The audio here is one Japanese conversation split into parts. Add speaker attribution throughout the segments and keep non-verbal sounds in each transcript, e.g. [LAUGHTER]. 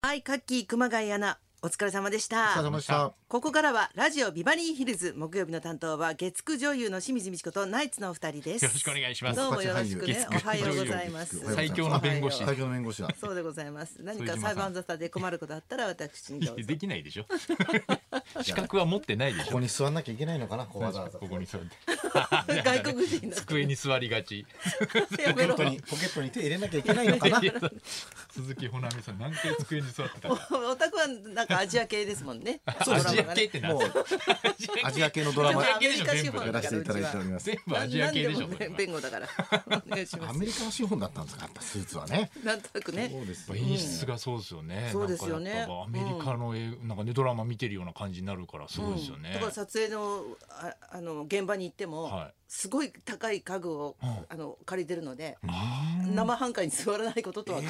Speaker 1: はい、カッキー熊谷アナ、お疲れ様でした。
Speaker 2: お疲れ様でした。
Speaker 1: ここからはラジオビバリーヒルズ木曜日の担当は月9女優の清水美智子とナイツのお二人です。
Speaker 3: よろしくお願いします
Speaker 1: どうもよろしくね。お
Speaker 3: 僕
Speaker 1: は
Speaker 3: たち
Speaker 1: よ
Speaker 3: 俳優
Speaker 1: うございます
Speaker 2: 月。九女優
Speaker 3: 最強の弁護士
Speaker 1: おは
Speaker 2: 最
Speaker 1: よ
Speaker 2: 強の弁護士だ
Speaker 1: う。そうでございます。何
Speaker 3: 副
Speaker 1: か
Speaker 3: 島さん
Speaker 1: 裁判沙汰で困ることあったら私にどうぞ
Speaker 3: で。きない
Speaker 1: [LAUGHS]
Speaker 3: でしょ資格は持ってないでし
Speaker 2: こ
Speaker 3: ょ
Speaker 2: こに座んなきゃいけないのかな、こうわざわざ。
Speaker 3: ここに座って
Speaker 1: 外国人だと
Speaker 3: 机に座りが
Speaker 1: [LAUGHS]
Speaker 3: ち
Speaker 1: や
Speaker 2: ポケ
Speaker 1: め
Speaker 2: ッ
Speaker 1: ろ。
Speaker 2: トに、ポケットに手入れなきゃいけないのかな。
Speaker 3: いや鈴木保奈美さん何回机に座ってたか
Speaker 1: お宅はなんかアジア系ですもんね。
Speaker 2: そうです
Speaker 3: アジア系ってな
Speaker 2: もう、アジア系のドラマ
Speaker 3: アジア
Speaker 2: や
Speaker 3: 系でし
Speaker 1: アメ
Speaker 3: ょ
Speaker 1: リカ資
Speaker 3: 全部
Speaker 1: 本
Speaker 2: らせていただいております。
Speaker 3: 全部アジア系でしょ
Speaker 1: なん
Speaker 3: これ
Speaker 1: も弁護だから。お願いしま
Speaker 2: ア
Speaker 1: す。
Speaker 2: メリカの資本だったんですか、やっぱスーツはね。
Speaker 1: なんとなくね。
Speaker 2: そうですね。
Speaker 3: 演出がそうですよね、
Speaker 1: そうですよね
Speaker 3: なんかやっぱアメリカの映なんかねドラマ見てるような感じになるからすごいですよね、
Speaker 1: とか撮影のああの現場に行っても、
Speaker 3: はい
Speaker 1: すごい高い家具を、
Speaker 3: ん
Speaker 1: あの借りてるので、
Speaker 3: あ
Speaker 1: 生半可に座らないこととは、 [LAUGHS]
Speaker 3: ー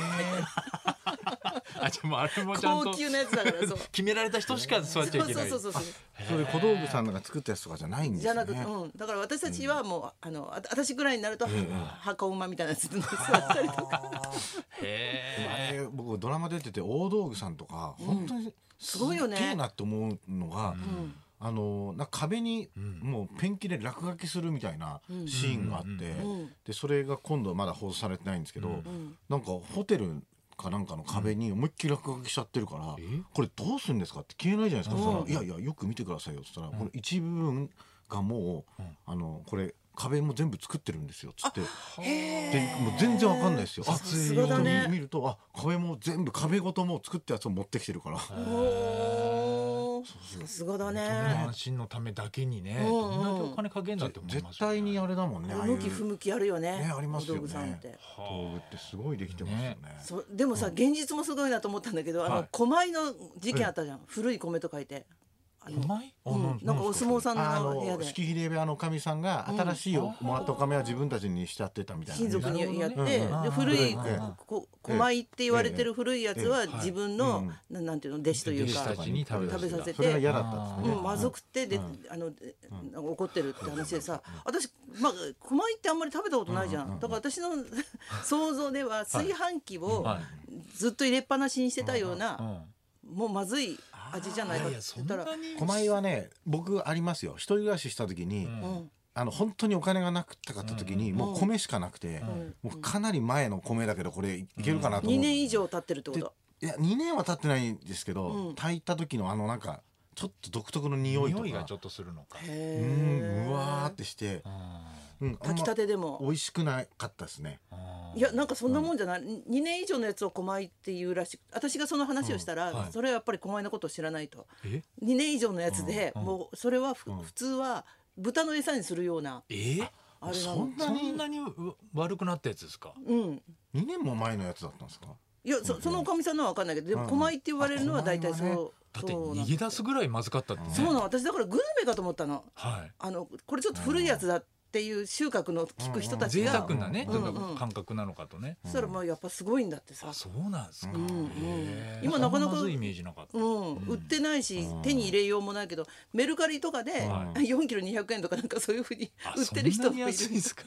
Speaker 3: あじゃあもうあれもちゃんと
Speaker 1: 高級なやつだからそう
Speaker 3: 決められた人しか座っちゃいけない
Speaker 1: そうそうそうそう
Speaker 2: そういう小道具さんが作ったやつとかじゃないんです
Speaker 1: じゃ
Speaker 2: よ
Speaker 1: なく、
Speaker 2: ね。
Speaker 1: うん、だから私たちはもう、あのあた私ぐらいになると、墓馬みたいなやつに座ったりとか
Speaker 3: へ
Speaker 2: あれ僕ドラマ出てて大道具さんとか本当にす
Speaker 1: ごいよ
Speaker 2: っ
Speaker 1: ね
Speaker 2: げえなって思うのが、あのなんか壁にもうペンキで落書きするみたいなシーンがあって、でそれが今度まだ放送されてないんですけど、なんかホテルかなんかの壁に思いっきり落書きしちゃってるから、これどうするんですかって消えないじゃないですか、そしたらいやいやよく見てくださいよ」っつったら、この一部分がもう、あのこれ壁も全部作ってるんですよっつって。でもう全然わかんないですよ。あ、
Speaker 1: すがだね
Speaker 2: 本当に見ると、あ、壁も全部壁ごともう作ったやつを持ってきてるから。
Speaker 1: おーさすがだ
Speaker 3: え
Speaker 1: ね
Speaker 3: 安心のためだけにね、
Speaker 1: んうん
Speaker 3: どんだけお金かけんだって思いま
Speaker 2: 絶
Speaker 3: すよね
Speaker 2: 対にあれだもんね。ああい
Speaker 1: 向
Speaker 2: う
Speaker 1: き不向きあるよね
Speaker 2: ね、ありますよ
Speaker 1: 小道具さんっ
Speaker 2: ね
Speaker 1: て。
Speaker 2: 道具ってすごいできてますよね。
Speaker 1: そうでもさ、現実もすごいなと思ったんだけどあの、
Speaker 3: はい
Speaker 1: 狛江の事件あったじゃん、古い米と書いてあの
Speaker 3: うまいあ
Speaker 1: うんなんかお相撲さん
Speaker 2: あ
Speaker 1: の部屋
Speaker 2: の
Speaker 1: で
Speaker 2: 式秀部屋のおかみさんが新しいおもらったおかみは自分たちにしちゃってたみたいな。
Speaker 1: 親族にやって、
Speaker 2: うんうんうん
Speaker 1: で古い
Speaker 2: うんうん
Speaker 1: こ狛江って言われてる古いやつは
Speaker 3: ええ
Speaker 1: 自分の、
Speaker 2: うん
Speaker 1: ななんていうの弟子というか
Speaker 3: 弟子たちに食べさせ
Speaker 1: 食べさせて
Speaker 2: それが嫌だったんです
Speaker 1: う
Speaker 2: ね
Speaker 1: ん。まずくてで、あのでなんか怒ってるって話でさ、私まあ狛江ってあんまり食べたことないじゃん、だから私の想像では炊飯器を
Speaker 3: は
Speaker 1: ずっと入れっぱなしにしてたよう
Speaker 3: う
Speaker 1: な、
Speaker 3: ん
Speaker 1: もうまずい味じゃないかっ
Speaker 3: い
Speaker 1: て
Speaker 3: やそ
Speaker 1: 言
Speaker 3: ん
Speaker 1: ったら
Speaker 3: なに
Speaker 2: 狛江はね、僕ありますよ。一人暮らしした時に、あの本当にお金がなくったかった時に、もう米しかなくて、もうかなり前の米だけどこれいけるかなと思
Speaker 1: 2
Speaker 2: って
Speaker 1: 年以上経ってるってこと
Speaker 2: いや2年は経ってないんですけど、炊いた時のあのなんかちょっと独特の匂いと
Speaker 3: 匂
Speaker 2: か
Speaker 3: いがちょっとするのか
Speaker 2: うーんうわーってして、うん、
Speaker 1: 炊きたてで
Speaker 2: あん
Speaker 1: も
Speaker 2: ま美味しくなかったですね
Speaker 1: いやなんかそんなもんじゃない、2年以上のやつを狛江っていうらしく私がその話をしたら、
Speaker 3: はい
Speaker 1: それはやっぱり狛江のことを知らないと
Speaker 3: え
Speaker 1: 2年以上のやつで、もうそれはふ、普通は豚の餌にするような
Speaker 3: え
Speaker 1: あれな
Speaker 2: そ
Speaker 1: の
Speaker 2: んな
Speaker 3: そ
Speaker 2: に
Speaker 3: んなにう悪くなったやつですか
Speaker 1: うん
Speaker 2: 2年も前のやつだったんですか
Speaker 1: いやそそのおかみさんのは分かんないけどでも狛江って言われるのは大体そう、
Speaker 2: あ狛江
Speaker 3: だって
Speaker 1: そうな
Speaker 3: 逃
Speaker 1: の
Speaker 3: げ出すぐらいまずかったってね
Speaker 1: そうなの私だからグルメかと思ったの
Speaker 3: はい
Speaker 1: あのこれちょっと古いやつだっていう収穫の聞く人たち
Speaker 3: 贅
Speaker 1: が、
Speaker 3: 沢なね、なんか感覚なのかとね、
Speaker 1: そしたらまあやっぱすごいんだってさ
Speaker 3: あ、そうなんですか、へえ
Speaker 1: 今なかなか
Speaker 3: そんまずいイメージなかった、
Speaker 1: うん、売ってないし、手に入れようもないけどメルカリとかで4キロ200円とかなんかそういうふうに
Speaker 3: あ
Speaker 1: [LAUGHS] 売ってる人
Speaker 3: そんな
Speaker 1: もい
Speaker 3: に
Speaker 1: る
Speaker 3: 安いんですか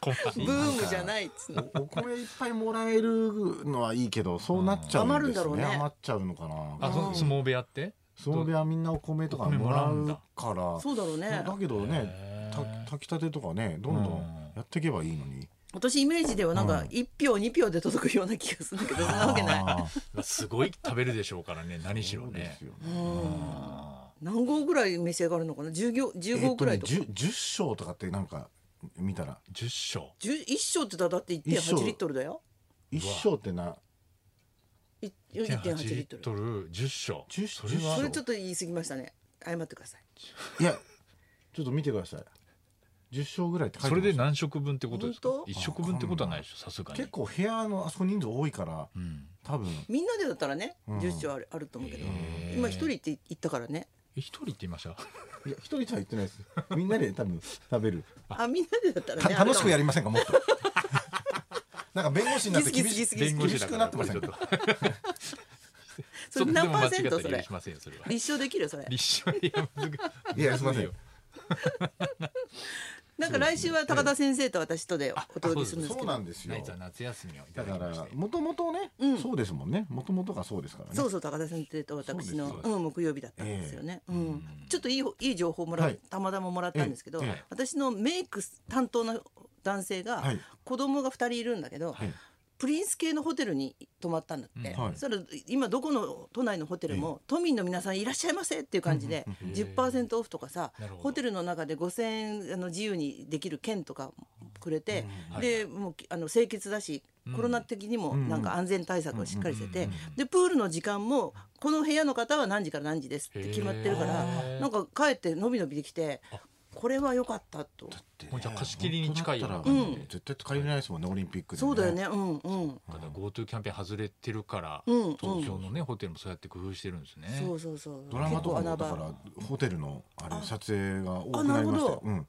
Speaker 3: 怖
Speaker 1: ブ
Speaker 3: い
Speaker 1: ームじゃないっつうの
Speaker 2: お米いっぱいもらえるのはいいけどそうなっちゃうん
Speaker 1: うん余るん
Speaker 2: ですね、
Speaker 1: だろうね
Speaker 2: 余っちゃうのか
Speaker 3: あ
Speaker 2: な
Speaker 3: そ相撲部屋って
Speaker 2: そうではみんなお米とか
Speaker 3: お米
Speaker 2: も
Speaker 3: もら
Speaker 2: ら
Speaker 3: うん
Speaker 2: う
Speaker 3: だ
Speaker 2: から
Speaker 1: そうだろうね
Speaker 2: だけどねた炊きたてとかねどんどんやっていけばいいのに、
Speaker 1: 私イメージではなんか1票2票で届くような気がするんだけどそんなわけない
Speaker 2: あ
Speaker 3: まあすごい食べるでしょうからね何しろ
Speaker 2: そうで
Speaker 3: ね
Speaker 2: すよね
Speaker 1: 何号ぐらい召し上がるのかな10行10
Speaker 2: え
Speaker 1: 号
Speaker 2: っと
Speaker 1: ぐら
Speaker 2: ね、
Speaker 1: いとか、
Speaker 2: 10, 10章とかってなんか見たら
Speaker 3: 10勝
Speaker 1: 10 1升ってだだって1.8リットルだよ
Speaker 2: 1章ってない
Speaker 3: 1.8
Speaker 1: 1.8
Speaker 3: リ
Speaker 1: リッ
Speaker 3: ッ
Speaker 1: トル
Speaker 3: トル10勝
Speaker 2: 10
Speaker 3: それは
Speaker 1: それちょっと言い過ぎましたね謝ってください
Speaker 2: いやちょっと見てください10章ぐらいって書い
Speaker 3: そ
Speaker 2: て
Speaker 3: れ
Speaker 2: ます
Speaker 3: で何食分ってことですか
Speaker 1: 本当
Speaker 3: 一食分ってことはないでしょさすがに
Speaker 2: 結構部屋のあそこ人数多いから、多分
Speaker 1: みんなでだったらね10勝あるあると思うけど今1人って言ったからね
Speaker 3: え一人って言いました
Speaker 2: いや一人じゃ言ってないですみんなで多分食べる
Speaker 1: あみんなでだったら
Speaker 2: た
Speaker 1: ね
Speaker 2: 楽しくや
Speaker 1: る
Speaker 2: りません
Speaker 1: [LAUGHS]
Speaker 2: かもっとなんか弁護士になって厳し
Speaker 1: ギスギスギスギス
Speaker 2: い
Speaker 3: 弁護士だから
Speaker 2: 厳しくなってません
Speaker 3: ちょっ
Speaker 1: それ
Speaker 3: とちょっとで
Speaker 1: 何
Speaker 3: も
Speaker 1: パ
Speaker 3: 間
Speaker 1: ー
Speaker 3: 違った
Speaker 1: セントそ
Speaker 3: りは
Speaker 1: れ
Speaker 3: しませんよそれは
Speaker 1: 立証できるよそれ
Speaker 3: 立証いやむずく
Speaker 2: いやすいません
Speaker 3: よ
Speaker 1: なんか来週は高田先生と私とでお届けするんです
Speaker 2: そ
Speaker 1: け
Speaker 2: う
Speaker 1: ど
Speaker 2: なんですよ
Speaker 3: ナイツは夏休みをいた
Speaker 2: だか
Speaker 3: だきま
Speaker 2: ら
Speaker 3: して
Speaker 2: もともとね、
Speaker 1: うん
Speaker 2: そうですもんねもともとがそうですからね
Speaker 1: そうそう高田先生と私の
Speaker 2: そうです
Speaker 1: うん木曜日だったんですよね、うんちょっといいほいい情報もらう、
Speaker 2: はい
Speaker 1: たまたまもらったんですけど、
Speaker 2: ええええ
Speaker 1: 私のメイク担当の男性が、
Speaker 2: はい
Speaker 1: 子供が2人いるんだけど、
Speaker 2: はい
Speaker 1: プリンス系のホテルに泊まったんだって、
Speaker 2: うんはい
Speaker 1: それ今どこの都内のホテルも、都民の皆さんいらっしゃいませっていう感じで、
Speaker 3: うんうん
Speaker 1: 10%オフとかさ
Speaker 3: なるほど
Speaker 1: ホテルの中で5,000円あの自由にできる券とかくれて、
Speaker 3: うん
Speaker 1: で、もうあの清潔だしコロナ的にも
Speaker 2: うん
Speaker 1: なんか安全対策をしっかりしてて、
Speaker 3: うん
Speaker 1: でプールの時間もこの部屋の方は何時から何時ですって決まってるから
Speaker 3: へー
Speaker 1: なんか帰ってのびのびできてこれは良かったと。
Speaker 3: もうじゃあ貸し切りに近い
Speaker 2: 本当だった
Speaker 3: う
Speaker 2: ら、
Speaker 1: ん
Speaker 2: 絶対借りれないですもんねオリンピックで、
Speaker 1: そうだよね、うんうん、
Speaker 3: ただ GoTo キャンペーン外れてるから、
Speaker 1: うん
Speaker 3: 東京のねホテルもそうやって工夫してるんですね。
Speaker 1: そうそうそう。
Speaker 2: ドラマとかもだ
Speaker 1: 結構
Speaker 2: か
Speaker 1: 穴場
Speaker 2: らホテルのあれ撮影が多
Speaker 1: あ
Speaker 2: くなりまし
Speaker 1: なる
Speaker 2: たよ、うん、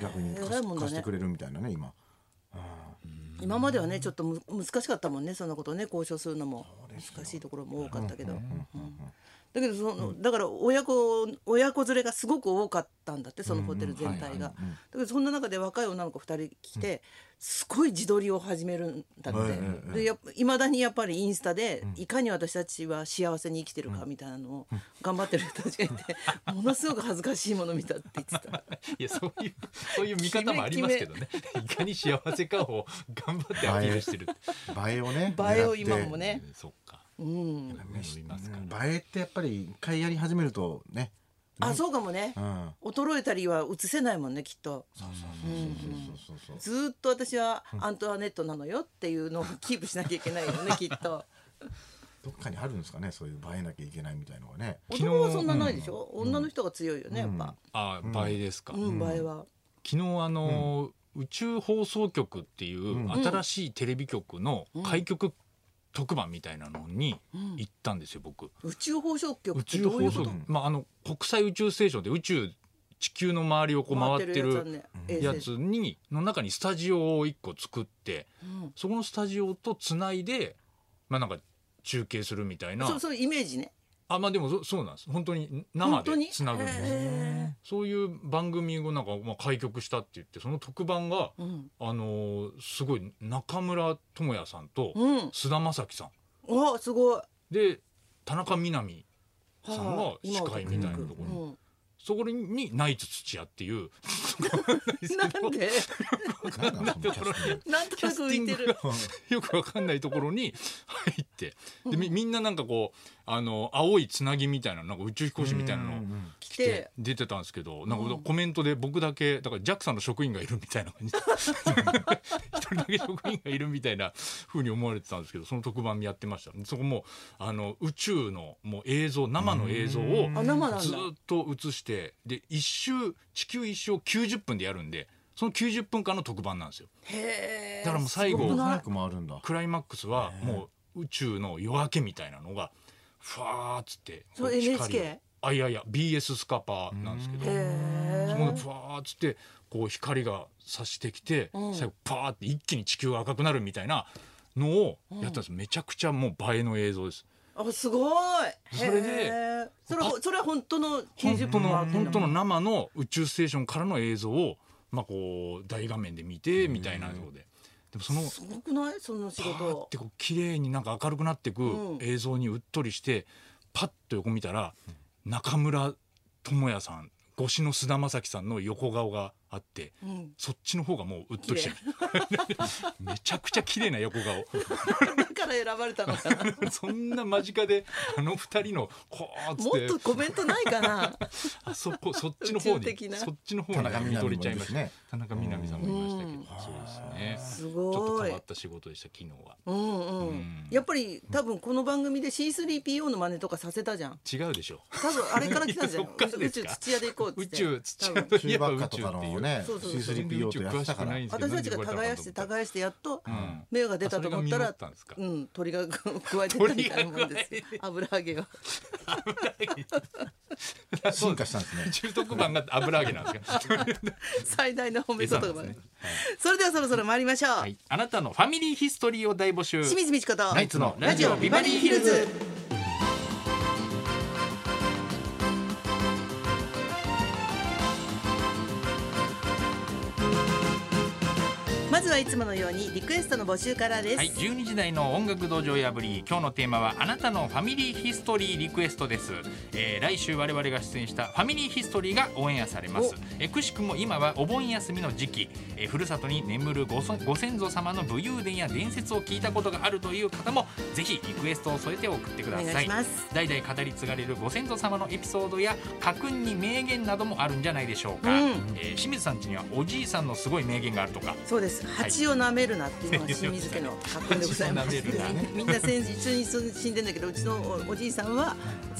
Speaker 2: 逆に貸
Speaker 1: 偉い
Speaker 2: し
Speaker 1: もんだね
Speaker 2: 貸してくれるみたいなね今
Speaker 1: 今まではねちょっとむ難しかったもんねそんなことね交渉するのも
Speaker 2: ですよ
Speaker 1: 難しいところも多かったけど、
Speaker 2: うんうん
Speaker 1: だけどその、だから親子親子連れがすごく多かったんだってそのホテル全体が、
Speaker 3: うんうんはい
Speaker 1: だけどそんな中で若い女の子2人来て、すごい自撮りを始めるんだって、
Speaker 2: はいはいはい
Speaker 1: でやっぱいまだにやっぱりインスタで、いかに私たちは幸せに生きてるかみたいなのを頑張ってる人たちがいて、ものすごく恥ずかしいもの見たって言ってた。
Speaker 3: いやそういうそういう見方もありますけどね。いかに幸せかを頑張ってアピールしてる。
Speaker 2: うん映えをね
Speaker 1: 映えを
Speaker 2: 狙って
Speaker 1: 今もね
Speaker 3: そっか。
Speaker 1: うん、
Speaker 3: 目伸びますから。
Speaker 2: 映えってやっぱり一回やり始めるとね
Speaker 1: あそうかもね
Speaker 2: う、ん
Speaker 1: 衰えたりは映せないもんねきっと。
Speaker 2: そうそうそうそうそうそう
Speaker 1: ずーっと私はアントワネットなのよっていうのをキープしなきゃいけないよ
Speaker 3: [LAUGHS]
Speaker 1: ねきっと
Speaker 2: どっかにあるんですかねそういう映えなきゃいけないみたいのがね
Speaker 3: 昨日
Speaker 1: 男はそんなないでしょ、女の人が強いよねやっぱ、
Speaker 3: あ倍ですか。
Speaker 1: うん場合は
Speaker 3: 昨日あのー宇宙放送局っていう新しいテレビ局の開局特番みたいなのに行ったんですよ僕。
Speaker 1: 宇宙放送局っ
Speaker 3: 宇
Speaker 1: て
Speaker 3: 宙
Speaker 1: どうい
Speaker 3: 放
Speaker 1: うこ
Speaker 3: 送
Speaker 1: と
Speaker 3: 局まああの国際宇宙ステーションで宇宙地球の周りをこう回ってる。
Speaker 1: る
Speaker 3: や
Speaker 1: やつ
Speaker 3: つにの中にスタジオを一個作って、
Speaker 1: ん
Speaker 3: そこのスタジオとつないでまあなんか中継するみたいな
Speaker 1: そうそうイメージね
Speaker 3: あまあでもそそうなんです本当に生
Speaker 1: 本当
Speaker 3: で
Speaker 1: に
Speaker 3: つなぐんです、
Speaker 1: へ
Speaker 3: そういう番組をなんか、まあ、開局したって言ってその特番が、
Speaker 1: ーうん
Speaker 3: あのーすごい中村智也さんと
Speaker 1: うん
Speaker 3: 菅田将暉さん
Speaker 1: おすごい
Speaker 3: で田中みな実さんが
Speaker 1: はあ
Speaker 3: 司会みたいなところに、そこにナイツ土屋っていう
Speaker 1: うん
Speaker 3: [LAUGHS]
Speaker 1: なんで
Speaker 2: なんだそのキャスティング
Speaker 1: なんと
Speaker 3: キャ
Speaker 1: な
Speaker 3: ス
Speaker 1: く浮
Speaker 3: ティン
Speaker 1: いて
Speaker 3: グ
Speaker 1: る
Speaker 3: が [LAUGHS] よくわかんないところに [LAUGHS] 入ってでみみんななんかこうあの青いつなぎみたいななんか宇宙飛行士みたいなの
Speaker 2: うんうん
Speaker 1: 来
Speaker 3: 着
Speaker 1: て
Speaker 3: て出てたんですけどなんかコメントで僕だけだから JAXA の職員がいるみたいな感じで [LAUGHS] 一人だけ職員がいるみたいなふうに思われてたんですけどその特番やってましたそこもあの宇宙のもう映像生の映像を
Speaker 1: あ生なんだ
Speaker 3: ずーっと映してで一周地球一周を90分でやるんでその90分間の特番なんですよ。
Speaker 1: へえ
Speaker 3: だからもう最後
Speaker 2: こんな
Speaker 1: な
Speaker 2: 早く回るんだ
Speaker 3: クライマックスはもう宇宙の夜明けみたいなのがふわーっつって
Speaker 1: それ
Speaker 3: こう光
Speaker 1: NHK
Speaker 3: あいやいや BS スカパーなんですけど
Speaker 1: へ
Speaker 3: そこ
Speaker 1: え
Speaker 3: でふわーっつってこう光が差してきて
Speaker 1: うん
Speaker 3: 最後パーって一気に地球が赤くなるみたいなのをやったんですめちゃくちゃもう映えの映像です
Speaker 1: あすごい
Speaker 3: それで
Speaker 1: へーそれはそれは本当の90
Speaker 3: 本当
Speaker 1: 分
Speaker 3: の
Speaker 1: 回ってん
Speaker 3: 本
Speaker 1: だ
Speaker 3: 当の生の宇宙ステーションからの映像をまあこう大画面で見てみたいなところででもその
Speaker 1: すごくないその仕
Speaker 3: パーっ
Speaker 1: 事
Speaker 3: てこう綺麗になんか明るくなっていく
Speaker 1: うん
Speaker 3: 映像にうっとりして、パッと横見たら中村智也さん越しの菅田将暉さんの横顔があって
Speaker 1: うん
Speaker 3: そっちの方がもううっとりしてるめちゃくちゃ綺麗な横顔 [LAUGHS]
Speaker 1: だから選ばれたのかな
Speaker 3: そんな間近であの二人のこうっつ
Speaker 1: もっ
Speaker 3: っ
Speaker 1: と
Speaker 3: て
Speaker 1: コメントないか
Speaker 3: [LAUGHS]
Speaker 1: な
Speaker 3: あそこそっちの方
Speaker 1: 宇宙的
Speaker 3: に
Speaker 1: な
Speaker 3: そっちの方
Speaker 2: 田中み
Speaker 3: に
Speaker 2: な実も
Speaker 3: 見とれちゃいま
Speaker 2: で
Speaker 3: し
Speaker 2: す
Speaker 3: た
Speaker 2: ね
Speaker 3: 田中みな実さんもいましたけど、
Speaker 1: うん
Speaker 3: そうですね
Speaker 1: す
Speaker 3: ちょっと
Speaker 1: ごい
Speaker 3: 変わった仕事でした昨日は
Speaker 1: うんうん、
Speaker 3: うん
Speaker 1: やっぱり多分この番組で C3PO の真似とかさせたじゃん
Speaker 3: 違うでしょ
Speaker 1: 多分あれから来たんじゃん
Speaker 3: [LAUGHS] そっから
Speaker 1: 宇
Speaker 3: です
Speaker 1: 宙
Speaker 3: か
Speaker 1: 土屋で行こうっつっ
Speaker 3: 宇
Speaker 1: て
Speaker 3: 宙土屋
Speaker 1: 多分
Speaker 3: とい
Speaker 2: 中
Speaker 3: えば
Speaker 2: ばっ
Speaker 3: 宇
Speaker 2: か
Speaker 3: 宙
Speaker 2: と
Speaker 3: っ
Speaker 2: か
Speaker 3: てい
Speaker 2: の
Speaker 3: う
Speaker 2: ね
Speaker 1: そうそう
Speaker 2: C3PO とやってたから
Speaker 3: 全然宇宙詳しくないんです
Speaker 1: 私たちが耕して耕してやっ
Speaker 3: [LAUGHS]
Speaker 1: と芽が出たと思った
Speaker 3: あそれが実
Speaker 1: ら
Speaker 3: ったんですか
Speaker 1: うん鳥が加えてったみたいなもんです
Speaker 3: 鳥が加えて
Speaker 1: 油揚げが
Speaker 2: 進化したんですね
Speaker 3: 宇宙特番が油揚げなんですか
Speaker 1: 最大の褒め言
Speaker 3: 餌な
Speaker 1: 葉
Speaker 3: んですね
Speaker 1: それではそろそろ参りましょう、
Speaker 3: はいあなたのファミリーヒストリーを大募集
Speaker 1: 清水美智子と
Speaker 3: ナイツの
Speaker 1: ラジオビバリーヒルズまずはいつものようにリクエストの募集からです、
Speaker 3: はい、12時台の音楽道場破り今日のテーマはあなたのファミリーヒストリーリクエストです、えー来週我々が出演したファミリーヒストリーがオンエアされます
Speaker 1: お、
Speaker 3: えーくしくも今はお盆休みの時期、えーふるさとに眠るごそご先祖様の武勇伝や伝説を聞いたことがあるという方もぜひリクエストを添えて送ってくだ
Speaker 1: お
Speaker 3: さ
Speaker 1: 願い
Speaker 3: い
Speaker 1: します
Speaker 3: 代々語り継がれるご先祖様のエピソードや家訓に名言などもあるんじゃないでしょうか、
Speaker 1: うん
Speaker 3: えー清水さん家にはおじいさんのすごい名言があるとか
Speaker 1: そうです蜂を舐めるなっていうのが清水家の格好でございます
Speaker 3: 蜂を舐めるな
Speaker 1: [LAUGHS]
Speaker 3: ね
Speaker 1: みんな先一緒に死んでんだけどうちのおおじいさんは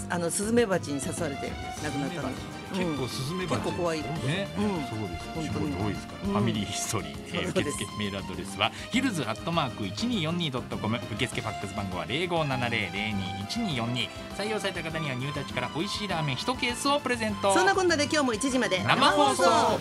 Speaker 1: あのスズメバチに刺されて亡くなったの
Speaker 4: 結構スズメバチ
Speaker 1: 結構怖い
Speaker 4: ね、
Speaker 1: うん
Speaker 4: そうです
Speaker 1: 本
Speaker 4: す
Speaker 1: 当
Speaker 4: ごい
Speaker 1: に
Speaker 4: 多いですから、
Speaker 1: うん
Speaker 3: ファミリーヒストリー、えー
Speaker 1: そう
Speaker 3: 受
Speaker 1: です
Speaker 3: 付メールアドレスはヒルズアットマーク 1242.com 受付ファックス番号は0570021242採用された方にはニュータッチから美味しいラーメン1ケースをプレゼント
Speaker 1: そんなこんなで今日も1時まで
Speaker 3: 生放送